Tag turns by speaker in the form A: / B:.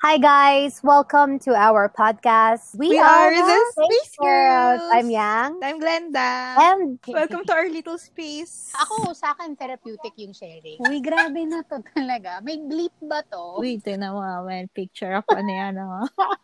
A: Hi guys, welcome to our podcast.
B: We are the Space
A: Girls.
B: Girls.
A: I'm Yang.
B: I'm Glenda.
A: And
B: Welcome to our little space.
C: Ako, sa akin, therapeutic yung sharing.
A: we grabe na.
C: Ito talaga. May bleep ba to?
B: Wait, tinan mo nga, man. Picture ako. Ano yan, ah.